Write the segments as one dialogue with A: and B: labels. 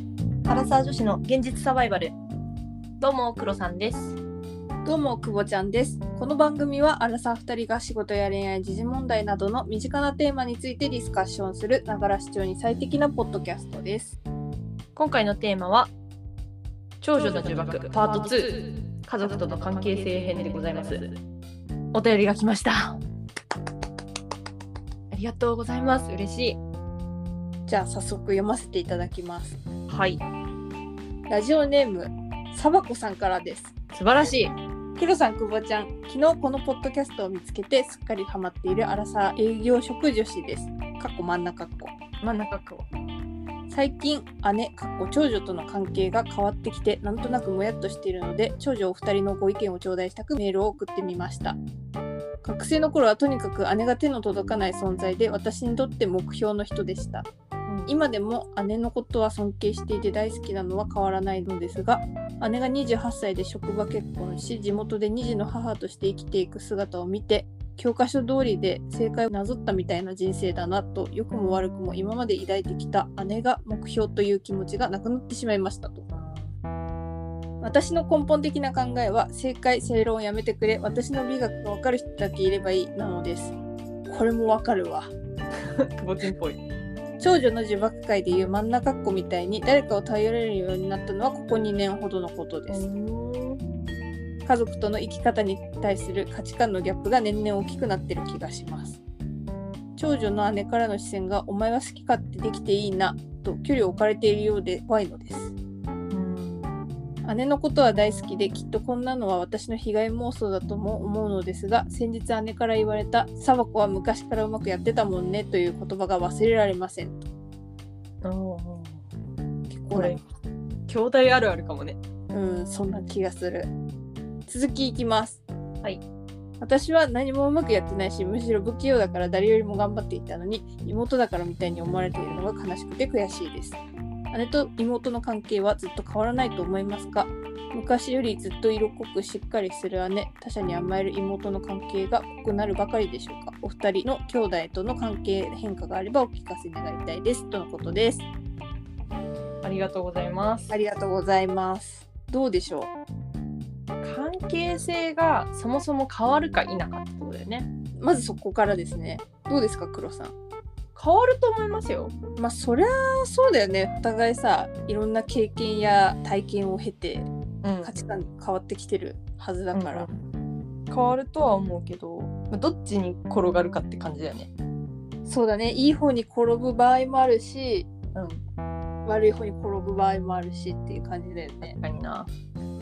A: ンサー女子の現実サバイバルどうも黒さんです
B: どうも、くぼちゃんです。この番組は、アラサー2人が仕事や恋愛、時事問題などの身近なテーマについてディスカッションする、ながら視聴に最適なポッドキャストです。
A: 今回のテーマは長女の呪縛パート2家族との関係性編でございますお便りが来ましたありがとうございます嬉しい
B: じゃあ、早速読ませていただきます。
A: はい
B: ラジオネーム、サバコさんからです。
A: 素晴らしい
B: ケロさん、くぼちゃん、昨日このポッドキャストを見つけて、すっかりハマっているアラサー営業職女子です。かっこ真ん中っこ。
A: 真ん中こ
B: 最近姉かっこ長女との関係が変わってきてなんとなくもやっとしているので長女お二人のご意見を頂戴したくメールを送ってみました学生の頃はとにかく姉が手の届かない存在で私にとって目標の人でした今でも姉のことは尊敬していて大好きなのは変わらないのですが姉が28歳で職場結婚し地元で2児の母として生きていく姿を見て教科書通りで正解をなぞったみたいな人生だなと良くも悪くも今まで抱いてきた姉が目標という気持ちがなくなってしまいましたと。私の根本的な考えは正解正論をやめてくれ私の美学が分かる人だけいればいいなのです。これも分かるわ。
A: くぼちんっぽい
B: 長女の呪縛界でいう真ん中っ子みたいに誰かを頼れるようになったのはここ2年ほどのことです家族との生き方に対する価値観のギャップが年々大きくなってる気がします長女の姉からの視線が「お前は好き勝手できていいな」と距離を置かれているようで怖いのです姉のことは大好きできっとこんなのは私の被害妄想だとも思うのですが先日姉から言われた「サバ子は昔からうまくやってたもんね」という言葉が忘れられませんと結構
A: こ
B: な
A: れ兄弟あるあるかもね
B: うん、そんな気がする。続きいきます。
A: はい。
B: 私は何もうまくやってないし、むしろ不器用だから誰よりも頑張っていたのに、妹だからみたいに思われているのが悲しくて悔しいです。姉と妹の関係はずっと変わらないと思いますが、昔よりずっと色濃くしっかりする姉、他者に甘える妹の関係が濃くなるばかりでしょうか。お二人の兄弟との関係変化があればお聞かせ願いたいです。とのことです。
A: ありがとうございます
B: ありがとうございます。どうでしょう
A: 関係性がそもそも変わるか否かってことだよね
B: まずそこからですね。どうですか、黒さん。
A: 変わると思いますよ
B: まあ、そりゃそうだよね。お互いさ、いろんな経験や体験を経て、
A: うん
B: 価値観変わってきてるはずだから。
A: 変わるとは思うけどまあどっちに転がるかって感じだよね
B: そうだね。いい方に転ぶ場合もあるし、
A: うん
B: 悪い方に転ぶ場合もあるしっていう感じだよね。
A: 確かにな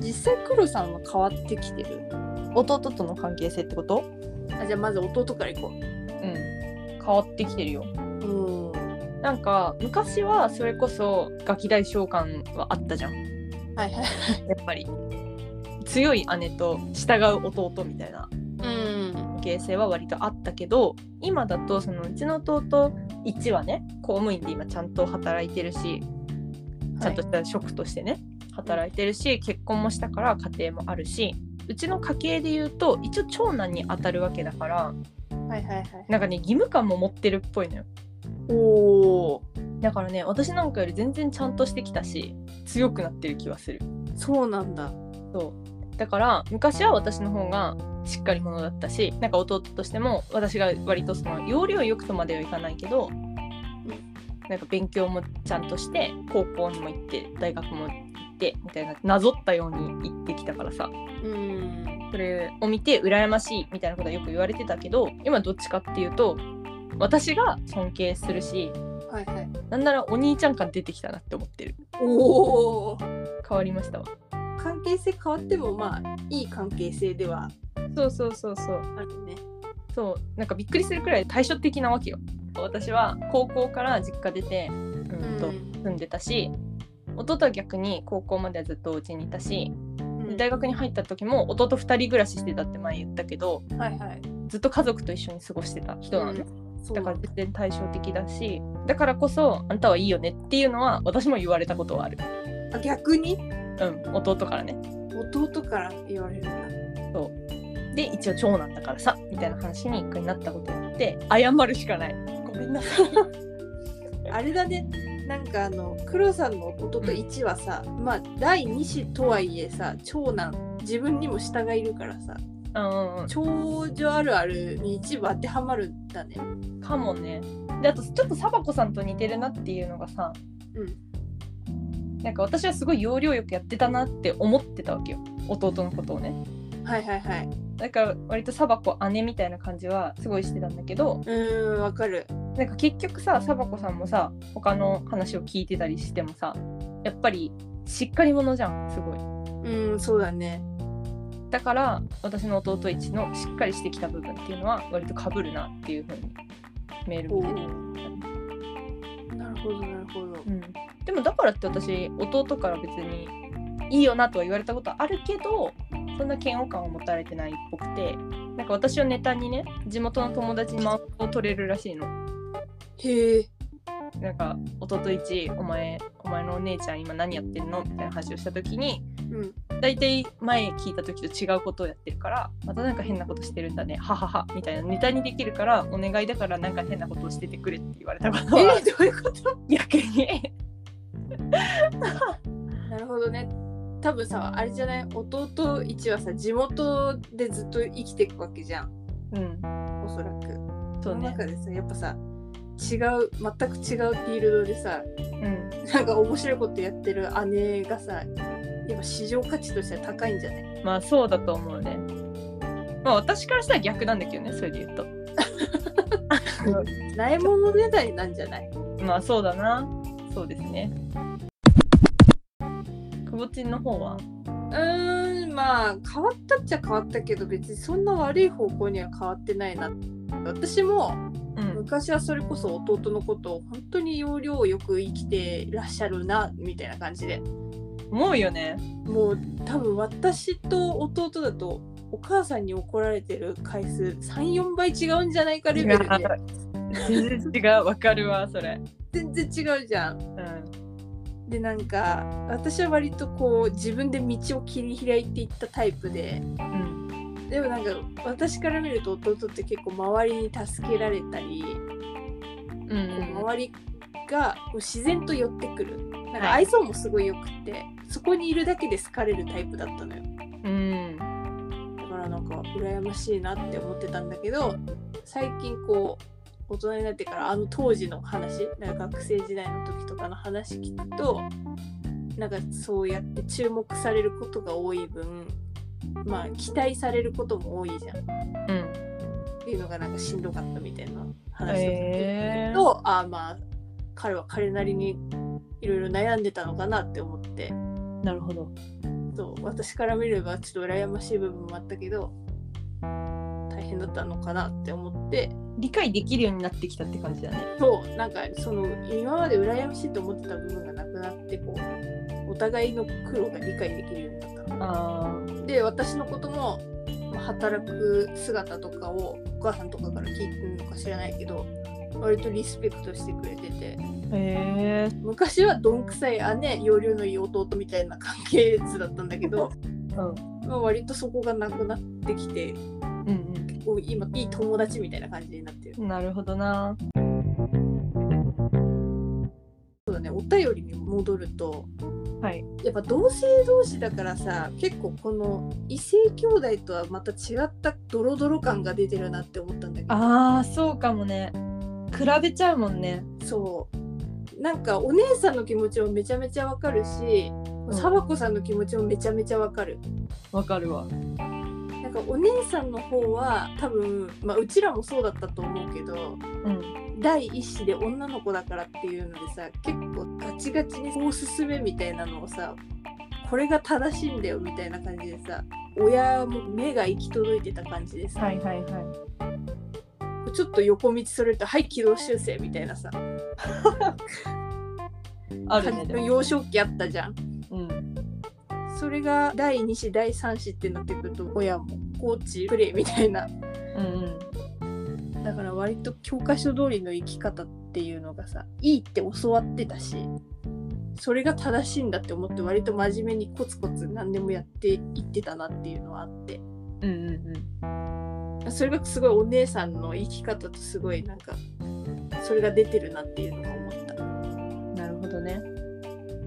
B: 実際、黒さんは変わってきてる。
A: 弟との関係性ってこと
B: あ、じゃあまず弟からい
A: う
B: こ
A: ん変わってきてるよ
B: う。うん。
A: なんか昔はそれこそガキ大召喚はあったじゃんや
B: はいはい。
A: っぱり強い姉と従う弟みたいな
B: うん。
A: 関係性は割とあったけど今だとそのうちの弟1はね公務員で今ちゃんと働いてるしちゃんとした職としてね、働いてるし結婚もしたから家庭もあるしうちの家系で言うと一応長男に当たるわけだから
B: はいはいはい。
A: なんかね義務感も持ってるっぽいのよ
B: おー。
A: だからね私なんかより全然ちゃんとしてきたし強くなってる気はする
B: そうなんだ。
A: そうだから昔は私の方がしっかり者だったしなんか弟としても私が割とその要領よくとまではいかないけどなんか勉強もちゃんとして高校にも行って大学も行ってみたいななぞったように行ってきたからさ
B: うん。
A: それを見て羨ましいみたいなことはよく言われてたけど今どっちかっていうと私が尊敬するし
B: はいはい。
A: なんならお兄ちゃん感出てきたなって思ってる
B: おお。
A: 変わりましたわ
B: 関係性変わってもまあいい関係性では
A: そうそうそうそう
B: あるね。
A: そうなんかびっくりするくらい対照的なわけよ私は高校から実家出て、うんと住んでたし弟は逆に高校まではずっとお家にいたし
B: うん
A: 大学に入った時も弟2人暮らししてたって前言ったけど
B: はいはい。
A: ずっと家族と一緒に過ごしてた人なのね、
B: うんそう
A: だか
B: だからら
A: 全然対照的だしだからこそあんたはいいよねっていうのは私も言われたことはある
B: あ逆に
A: うん弟からね
B: 弟から言われるんだ。
A: で一応長男だからさみたいな話に一回なったことがあって謝るしかないごめんなさい
B: あれだね。なんかあの黒さんの弟
A: うん
B: 1はさ、まあ第2子とはいえさ長男自分にも下がいるからさ
A: うんうん
B: 長女あるあるに一部当てはまるんだね。
A: うんかもねであとちょっとサバ子さんと似てるなっていうのがさ
B: うん、
A: なんか私はすごい要領よくやってたなって思ってたわけよ弟のことをね
B: はいはいはい。
A: だから割とサバ子姉みたいな感じはすごいしてたんだけど
B: うーんわかる。
A: なんか結局さサバ子さんもさ他の話を聞いてたりしてもさやっぱりしっかり者じゃんすごい
B: うんそうだね。
A: だから私の弟一のしっかりしてきた部分っていうのは割と被るなっていうふうにメール
B: お
A: 見
B: お
A: て、
B: なるほどなるほど。
A: うん、でもだからって私弟から別にいいよなとは言われたことはあるけどそんな嫌悪感を持たれてないっぽくてなんか私をネタにね地元の友達にマウントを取れるらしいの
B: へえ。
A: なんか弟一お前お前のお姉ちゃん今何やってんのみたいな話をした時に
B: うん。
A: 大体前聞いた時と違うことをやってるからまたなんか変なことしてるんだねはははみたいなネタにできるからお願いだからなんか変なことをしててくれって言われたこと
B: え
A: は
B: ー、どういうこと？
A: 逆に
B: なるほどね。多分さあれじゃない弟一はさ地元でずっと生きていくわけじゃん
A: うん
B: おそらく。
A: そう
B: の
A: ね
B: 中でさやっぱさ違う全く違うフィールドでさ
A: うん
B: なんか面白いことやってる姉がさやっぱ市場価値としては高いんじゃない
A: まあそうだと思うねまあ私からしたら逆なんだけどねそれで言う
B: ないものねだりなんじゃない
A: とまあそうだなそうですねくぼちんの方は
B: うーんまあ変わったっちゃ変わったけど別にそんな悪い方向には変わってないな私も
A: うん
B: 昔はそれこそ弟のことを本当に要領よく生きてらっしゃるなみたいな感じで
A: 思うよね
B: もう多分私と弟だとお母さんに怒られてる回数34倍違うんじゃないかレベルで
A: 全然違うわかるわそれ
B: 全然違うじゃん。
A: うん
B: でなんか私は割とこう自分で道を切り開いていったタイプで
A: うん
B: でもなんか私から見ると弟って結構周りに助けられたり、
A: う
B: こうん周りがこう自然と寄ってくるなんか
A: はい
B: 愛想もすごいよくって、そこにいるだけで好かれるタイプだったのよ
A: うん
B: だからなんか羨ましいなって思ってたんだけど最近こう大人になってからあの当時の話なんか学生時代の時とかの話聞くとなんかそうやって注目されることが多い分まあ期待されることも多いじゃんっ
A: うん
B: ていうのがなんかしんどかったみたいな話を聞いて
A: へー
B: と、ああまあ彼は彼なりにいろいろ悩んでたのかなって思って
A: なるほど。
B: そう私から見ればちょっと羨ましい部分もあったけど大変だったのかなって思って
A: 理解できるようになってきたって感じだね。
B: そうなんかその今まで羨ましいと思ってた部分がなくなってこうお互いの苦労が理解できるようになったの
A: あ
B: で私のこともまあ働く姿とかをお母さんとかから聞いてるのか知らないけど割とリスペクトしてくれてて
A: あ。へえ。
B: 昔はどんくさい姉要領のいい弟みたいな関係図だったんだけど、
A: うん。
B: まあ、割とそこがなくなってきて
A: うん
B: こう今いい友達みたいな感じになってる
A: うん。なるほどな。
B: そうだねお便りに戻ると
A: はい。
B: やっぱ同性同士だからさ結構この異性兄弟とはまた違ったドロドロ感が出てるなって思ったんだけど
A: ああ、そうかもね。比べちゃうもんね。
B: そうなんかお姉さんの気持ちもめちゃめちゃわかるし
A: ん
B: サバ子さんの気持ちもめちゃめちゃわかる
A: わかるわ。
B: なんかお姉さんの方は多分、まあ、うちらもそうだったと思うけど
A: うん。
B: 第一子で女の子だからっていうのでさ結構ガチガチにこう進めみたいなのをさこれが正しいんだよみたいな感じでさ親も目が行き届いてた感じでさ、
A: はいはいは
B: ちょっと横道それと「はい軌道修正」みたいなさ
A: い。あるね。でも
B: 幼少期あったじゃん。
A: うん。
B: それが第2子第3子ってなってくると親もコーチプレイみたいな
A: うん
B: だから割と教科書通りの生き方っていうのがさいいって教わってたしそれが正しいんだって思って割と真面目にコツコツ何でもやっていってたなっていうのはあっ
A: う
B: て
A: ん。うんうん
B: それがすごいお姉さんの生き方とすごいなんかそれが出てるなっていうのが思った
A: うん。なるほどね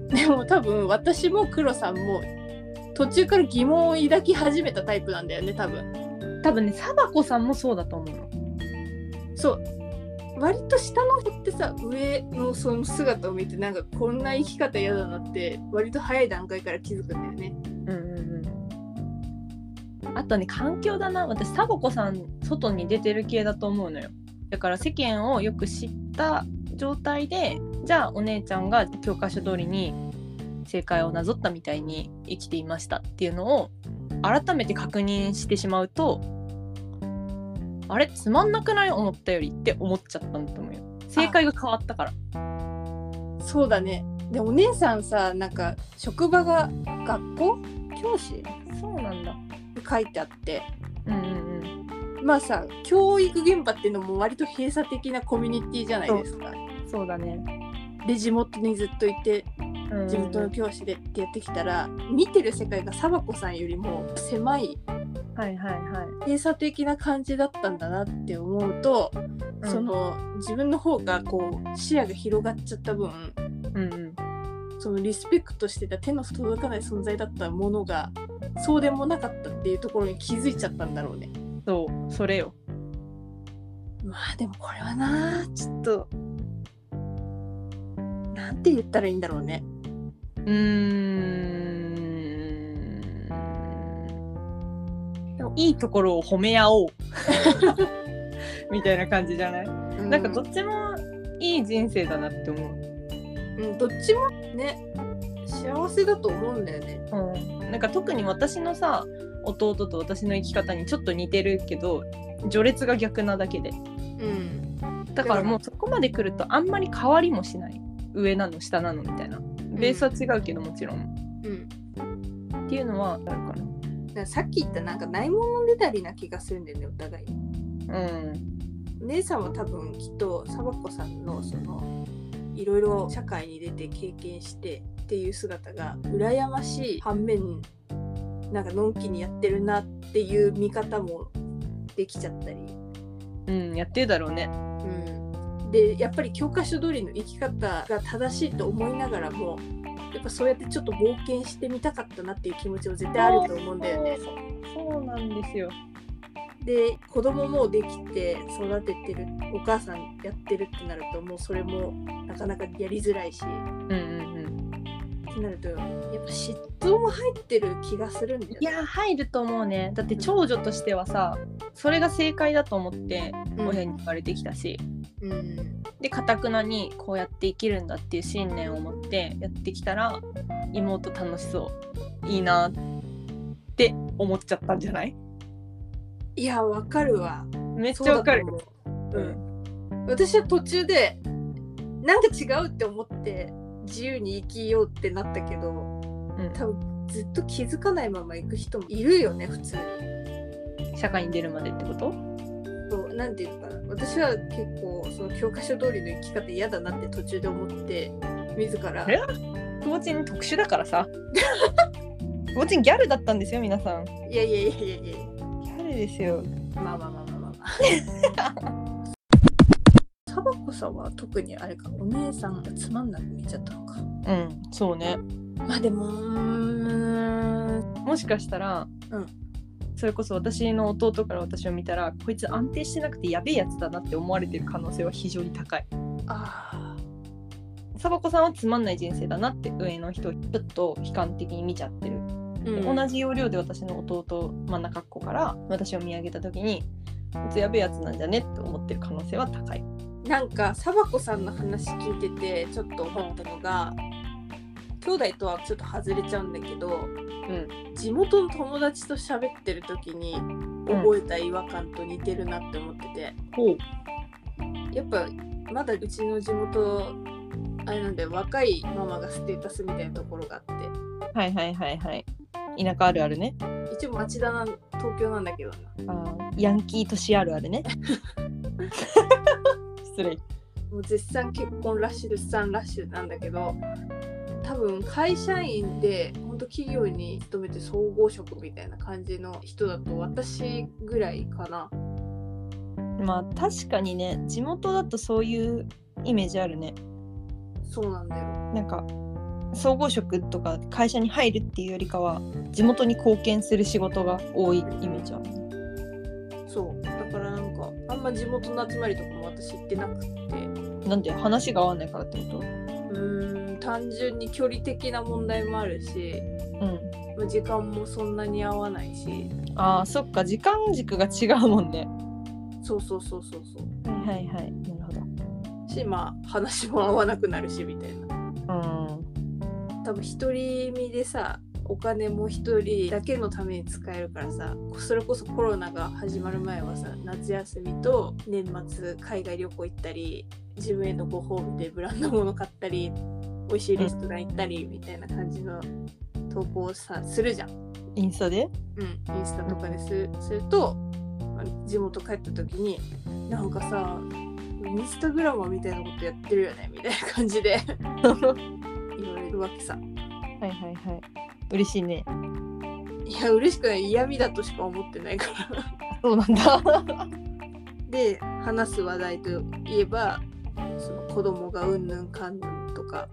B: でも多分私も黒さんも途中から疑問を抱き始めたタイプなんだよね多分
A: 多分ね貞子さんもそうだと思うの
B: そう割と下の人ってさ上のその姿を見てなんかこんな生き方嫌だなって割と早い段階から気づくんだよね
A: うんうんうんあとね環境だな私サボ子さん外に出てる系だと思うのよだから世間をよく知った状態でじゃあお姉ちゃんが教科書通りに正解をなぞったみたいに生きていましたっていうのを改めて確認してしまうとあれつまんなくない思ったよりって思っちゃったんだと思うよ正解が変わったから
B: そうだねでお姉さんさなんか職場が学校教師って
A: そうなんだ
B: 書いてあって
A: うんうんうん
B: まあさ教育現場っていうのも割と閉鎖的なコミュニティじゃないですか
A: そうだね、
B: で地元にずっといて
A: うん
B: 地元の教師でってやってきたら、見てる世界がサバ子さんよりも狭い
A: はいはいはい
B: 閉鎖的な感じだったんだなって思うと、
A: うん
B: その自分の方がこう視野が広がっちゃった分
A: うんうん
B: そのリスペクトしてた手の届かない存在だったものがそうでもなかったっていうところに気づいちゃったんだろうね。
A: そうそれよ
B: まあでもこれはなちょっとなんて言ったらいいんだろうね。
A: うーんいいところを褒め合 おうみたいな感じじゃない、なんかどっちもいい人生だなって思う、
B: うん、どっちもね幸せだと思うんだよね。
A: なんか特に私のさ弟と私の生き方にちょっと似てるけど序列が逆なだけで
B: うん、
A: だからもうそこまで来るとあんまり変わりもしない上なの下なのみたいなベースは違うけどもちろん、
B: うん、
A: っていうのはあるか
B: だからさっき言ったなんかないものねだりな気がするんだよねお互い。
A: なうん
B: 姉さんは多分きっとサバ子さんのそのいろいろ社会に出て経験してっていう姿が羨ましい反面なんかのんきにやってるなっていう見方もできちゃったり、
A: うんやってるだろうね
B: うん、でやっぱり教科書通りの生き方が正しいと思いながらもやっぱそうやってちょっと冒険してみたかったなっていう気持ちも絶対あると思うんだよね。
A: そうそうなんですよ
B: で子供もできて育ててるお母さんやってるってなるともうそれもなかなかやりづらいし
A: う
B: っ
A: んうんうん
B: てなるとやっぱ嫉妬も入ってる気がするんだよね
A: いや入ると思うねだって長女としてはさそれが正解だと思って
B: うん
A: 親に言われてきたし、
B: うん
A: でかたくなにこうやって生きるんだっていう信念を持ってやってきたら妹楽しそういいなって思っちゃったんじゃない
B: いやわかるわ
A: めっちゃわかる
B: そうだと思う、うん、私は途中でなんか違うって思って自由に生きようってなったけど
A: うん
B: 多分ずっと気づかないまま行く人もいるよね普通に
A: 社会に出るまでってこと
B: そうなんていうのかな私は結構その教科書通りの生き方嫌だなって途中で思って自ら
A: えくぼちん特殊だからさくぼちんギャルだったんですよ皆さんギ
B: いやいやいやいやいや
A: ャルですよ
B: まあまあまあまあまあまあサバコさんは特にあれかお姉さんがつまんなく見えちゃったのか
A: うんそうね
B: まあでもうーん
A: もしかしたら、
B: うん
A: それこそ私の弟から私を見たらこいつ安定してなくてやべえやつだなって思われてる可能性は非常に高い
B: あ
A: サバ子さんはつまんない人生だなって上の人をちょっと悲観的に見ちゃってる、
B: ー、
A: で
B: うん
A: 同じ要領で私の弟真ん中っ子から私を見上げた時にこいつやべえやつなんじゃねって思ってる可能性は高い
B: なんかサバコさんの話聞いててちょっと思ったのが兄弟とはちょっと外れちゃうんだけど、
A: う
B: 地元の友達と喋ってる時に覚えた違和感と似てるなって思ってて、
A: ほう
B: やっぱまだうちの地元あれなんだよ若いママがステータスみたいなところがあって
A: はいはいはいはい田舎あるあるね
B: 一応町田なん東京なんだけどな
A: あーヤンキー都市あるあるね 失礼
B: もう絶賛結婚ラッシュ出産ラッシュなんだけど多分会社員で本当企業に勤めて総合職みたいな感じの人だと私ぐらいかな
A: まあ確かにね地元だとそういうイメージあるね
B: そうなんだよ。
A: なんか総合職とか会社に入るっていうよりかは地元に貢献する仕事が多いイメージあるね
B: そう。だからなんか、あんま地元の集まりとかも私行ってなくって、
A: なんで話が合わないからってこと
B: うーん、単純に距離的な問題もあるし、
A: うん
B: まあ時間もそんなに合わないし、
A: あーそっか時間軸が違うもんね
B: そうそうそうそうそ
A: は
B: う。
A: いはいはいなるほど
B: し、まあ、話も合わなくなるし、みたいな。多分独り身でさお金も一人だけのために使えるからさそれこそコロナが始まる前はさ夏休みと年末海外旅行行ったり自分へのご褒美でブランド物買ったり美味しいレストラン行ったりみたいな感じの投稿をさするじゃん、
A: うんインスタ で
B: うん、インスタとかですするとあの地元帰った時になんかさインスタグラマーみたいなことやってるよねみたいな感じで言われるわけさ。
A: はいはいはい嬉しいね
B: いや嬉しくない嫌味だとしか思ってないから
A: そうなんだ
B: で話す話題といえばその子供がうんぬんかんぬんとか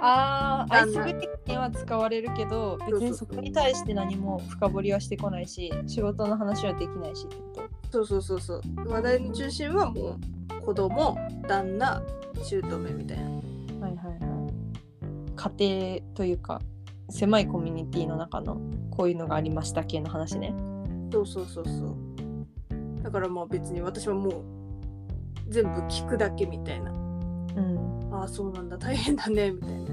A: あーア
B: あ
A: イ
B: ん
A: ス
B: な
A: ブレイクには使われるけど別にそこに対して何も深掘りはしてこないし仕事の話はできないしってこと
B: そうそうそうそう話題の中心はもう子供旦那姑みたいな
A: はいはいはい。家庭というか狭いコミュニティの中のこういうのがありました系の話ね。
B: そうそうそうそうだからまあ別に私はもう全部聞くだけみたいな
A: うん。
B: ああそうなんだ大変だねみたいな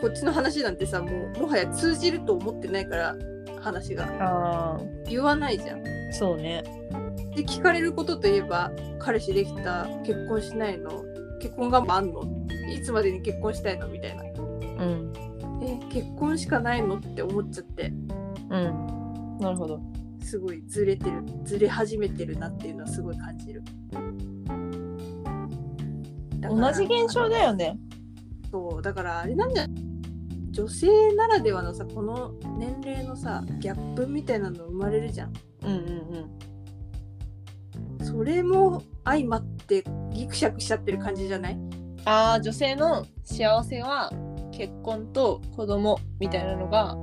B: こっちの話なんてさもうもはや通じると思ってないから話が
A: ああ、
B: 言わないじゃん
A: そうね。
B: で聞かれることといえば彼氏できた結婚しないの結婚願望あんのいつまでに結婚したいのみたいな
A: うん。
B: え結婚しかないのって思っちゃって
A: うん。なるほど。
B: すごいずれてるずれ始めてるなっていうのはすごい感じるだか
A: 同
B: ら
A: じ現象だよね。
B: そうだからあれなんじゃ女性ならではのさこの年齢のさギャップみたいなの生まれるじゃん
A: うんうん
B: それも相まってギクシャクしちゃってる感じじゃない
C: あー女性の幸せは結婚と子供みたいなのが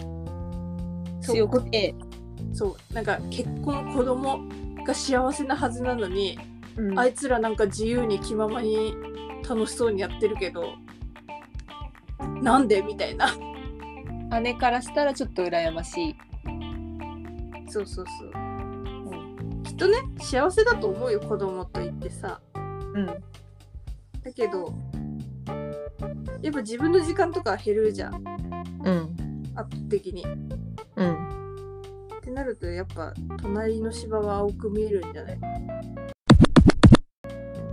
C: 強くて、
B: そうなんか結婚子供が幸せなはずなのに、
C: うん
B: あいつらなんか自由に気ままに楽しそうにやってるけどなんでみたいな
C: 姉からしたらちょっと羨ましい。
B: そうそうそう、うんきっとね幸せだと思うよ子供と言ってさ
A: うん。
B: だけどやっぱ自分の時間とか減るじゃん
A: うん。うん。
B: 圧倒的に
A: うん。
B: ってなるとやっぱ隣の芝は青く見えるんじゃない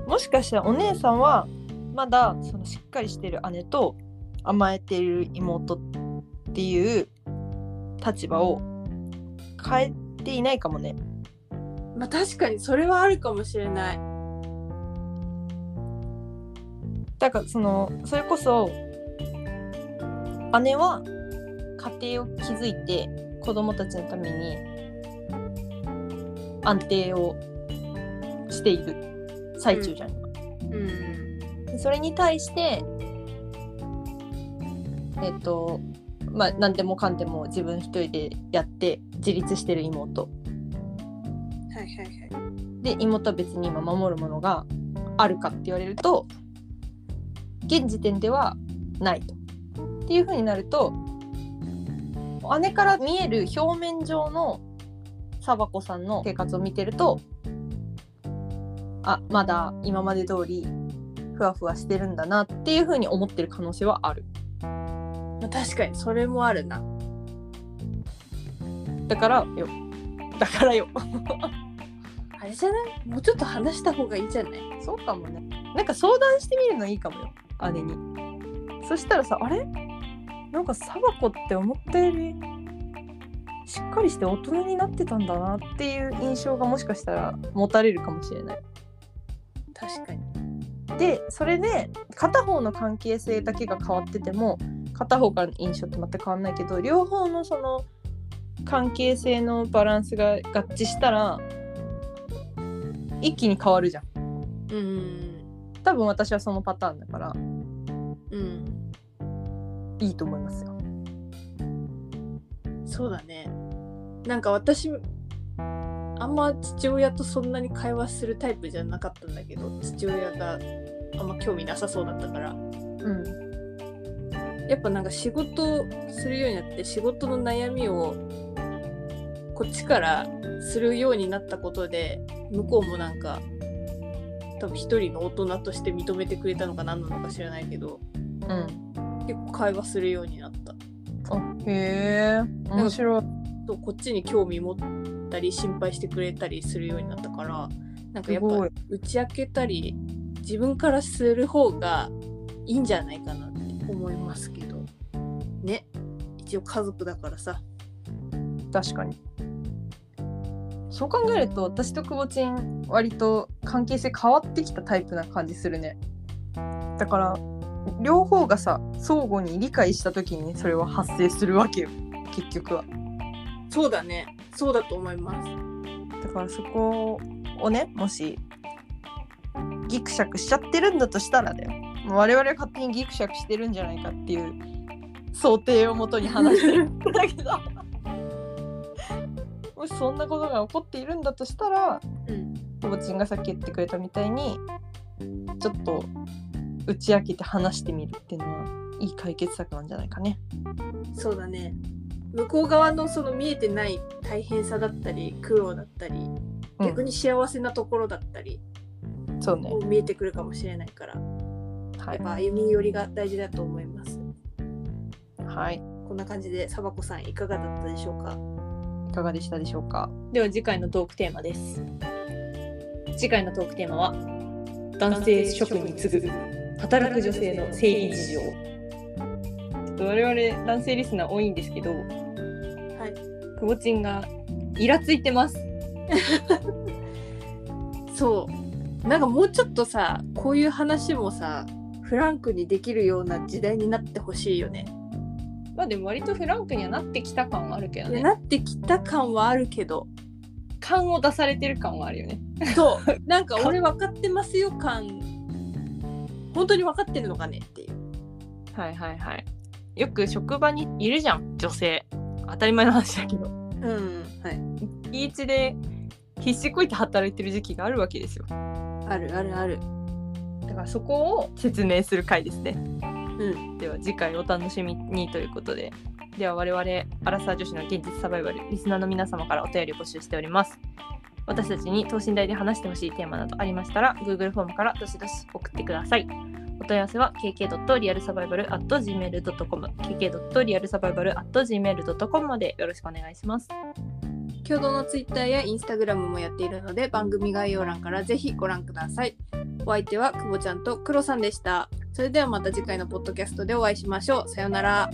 A: もしかしたらお姉さんはまだそのしっかりしてる姉と甘えている妹っていう立場を変えていないかもね。
B: まあ確かにそれはあるかもしれない
A: だからそのそれこそ姉は家庭を築いて子供たちのために安定をしている最中じゃん、
B: うん
A: でそれに対してえっとまあ何でもかんでも自分一人でやって自立してる妹
B: はいはいはい
A: で妹は別に今守るものがあるかって言われると現時点ではないと。っていうふうになると姉から見える表面上のサバ子さんの生活を見てるとあまだ今まで通りふわふわしてるんだなっていうふうに思ってる可能性はある。
B: まあ、確かにそれもあるな
A: だからよだからよ
B: あれじゃないもうちょっと話した方がいいじゃない
A: そうかもねなんか相談してみるのいいかもよ姉にそしたらさあれなんかサバ子って思ったよりしっかりして大人になってたんだなっていう印象がもしかしたら持たれるかもしれない
B: 確かに
A: でそれで片方の関係性だけが変わってても片方からの印象って全く変わんないけど両方のその関係性のバランスが合致したら一気に変わるじゃん
B: うん
A: 多分私はそのパターンだから
B: うん
D: いいと思いますよ。
B: そうだねなんか私あんま父親とそんなに会話するタイプじゃなかったんだけど父親があんま興味なさそうだったから
D: うん、
B: やっぱなんか仕事をするようになって仕事の悩みをこっちからするようになったことで向こうもなんか多分一人の大人として認めてくれたのか何なのか知らないけど
D: うん、
B: 結構会話するようになった
D: あへえ面白い。
B: とこっちに興味持ったり心配してくれたりするようになったからなんかやっ
D: すご
B: ぱ
D: い
B: 打ち明けたり自分からする方がいいんじゃないかなって思いますけどね一応家族だからさ
D: 確かにそう考えると私と久保ちん割と関係性変わってきたタイプな感じするねだから両方がさ相互に理解した時にそれは発生するわけよ結局は
B: そうだねそうだと思います
D: だからそこをねもしギクシャクしちゃってるんだとしたらだよもう我々は勝手にギクシャクしてるんじゃないかっていう想定をもとに話 してるんだけどもしそんなことが起こっているんだとしたら
B: うん
D: とぼちんがさっき言ってくれたみたいにちょっと打ち明けて話してみるっていうのはいい解決策なんじゃないかね。
B: そうだね向こう側のその見えてない大変さだったり苦労だったり
D: うん
B: 逆に幸せなところだったり、
D: そうね
B: も。う見えてくるかもしれないから
D: は
B: やっ
D: い。
B: ぱ歩み寄りが大事だと思います
D: はい。
B: こんな感じでサバコさんいかがだったでしょうか
D: いかがでしたでしょうか。
A: では次回のトークテーマです次回のトークテーマは男
B: 男
A: 性
B: 性
A: 諸
B: 諸
A: 君
B: 君
A: に
B: に
A: 次
B: 次
A: ぐ
B: ぐ
A: 働く女性の生理事情ちょっと我々男性リスナー多いんですけど
B: はい
A: 久保ちんがイラついてます
B: そうなんかもうちょっとさこういう話もさフランクにできるような時代になってほしいよね
A: まあでも割とフランクにはなってきた感はあるけどね
B: なってきた感はあるけど
A: 感を出されてる感はあるよね
B: そうなんか俺分かってますよ感本当に分かってるのかねっていう
A: はいはいはいよく職場にいるじゃん女性当たり前の話だけど
B: うんはい
A: 月一で必死こいて働いてる時期があるわけですよ
B: あるあるある
A: だからそこを説明する回ですね
B: うん
A: では次回お楽しみにということででは我々アラサー女子の現実サバイバルリスナーの皆様からお便りを募集しております私たちに等身大で話してほしいテーマなどありましたら Google フォームからどしどし送ってくださいお問い合わせは kk.realsurvival.gmail.com kk.realsurvival.gmail.com までよろしくお願いします
B: 共同のツイッターやインスタグラムもやっているので番組概要欄からぜひご覧くださいお相手は久保ちゃんとクロさんでしたそれではまた次回のポッドキャストでお会いしましょうさようなら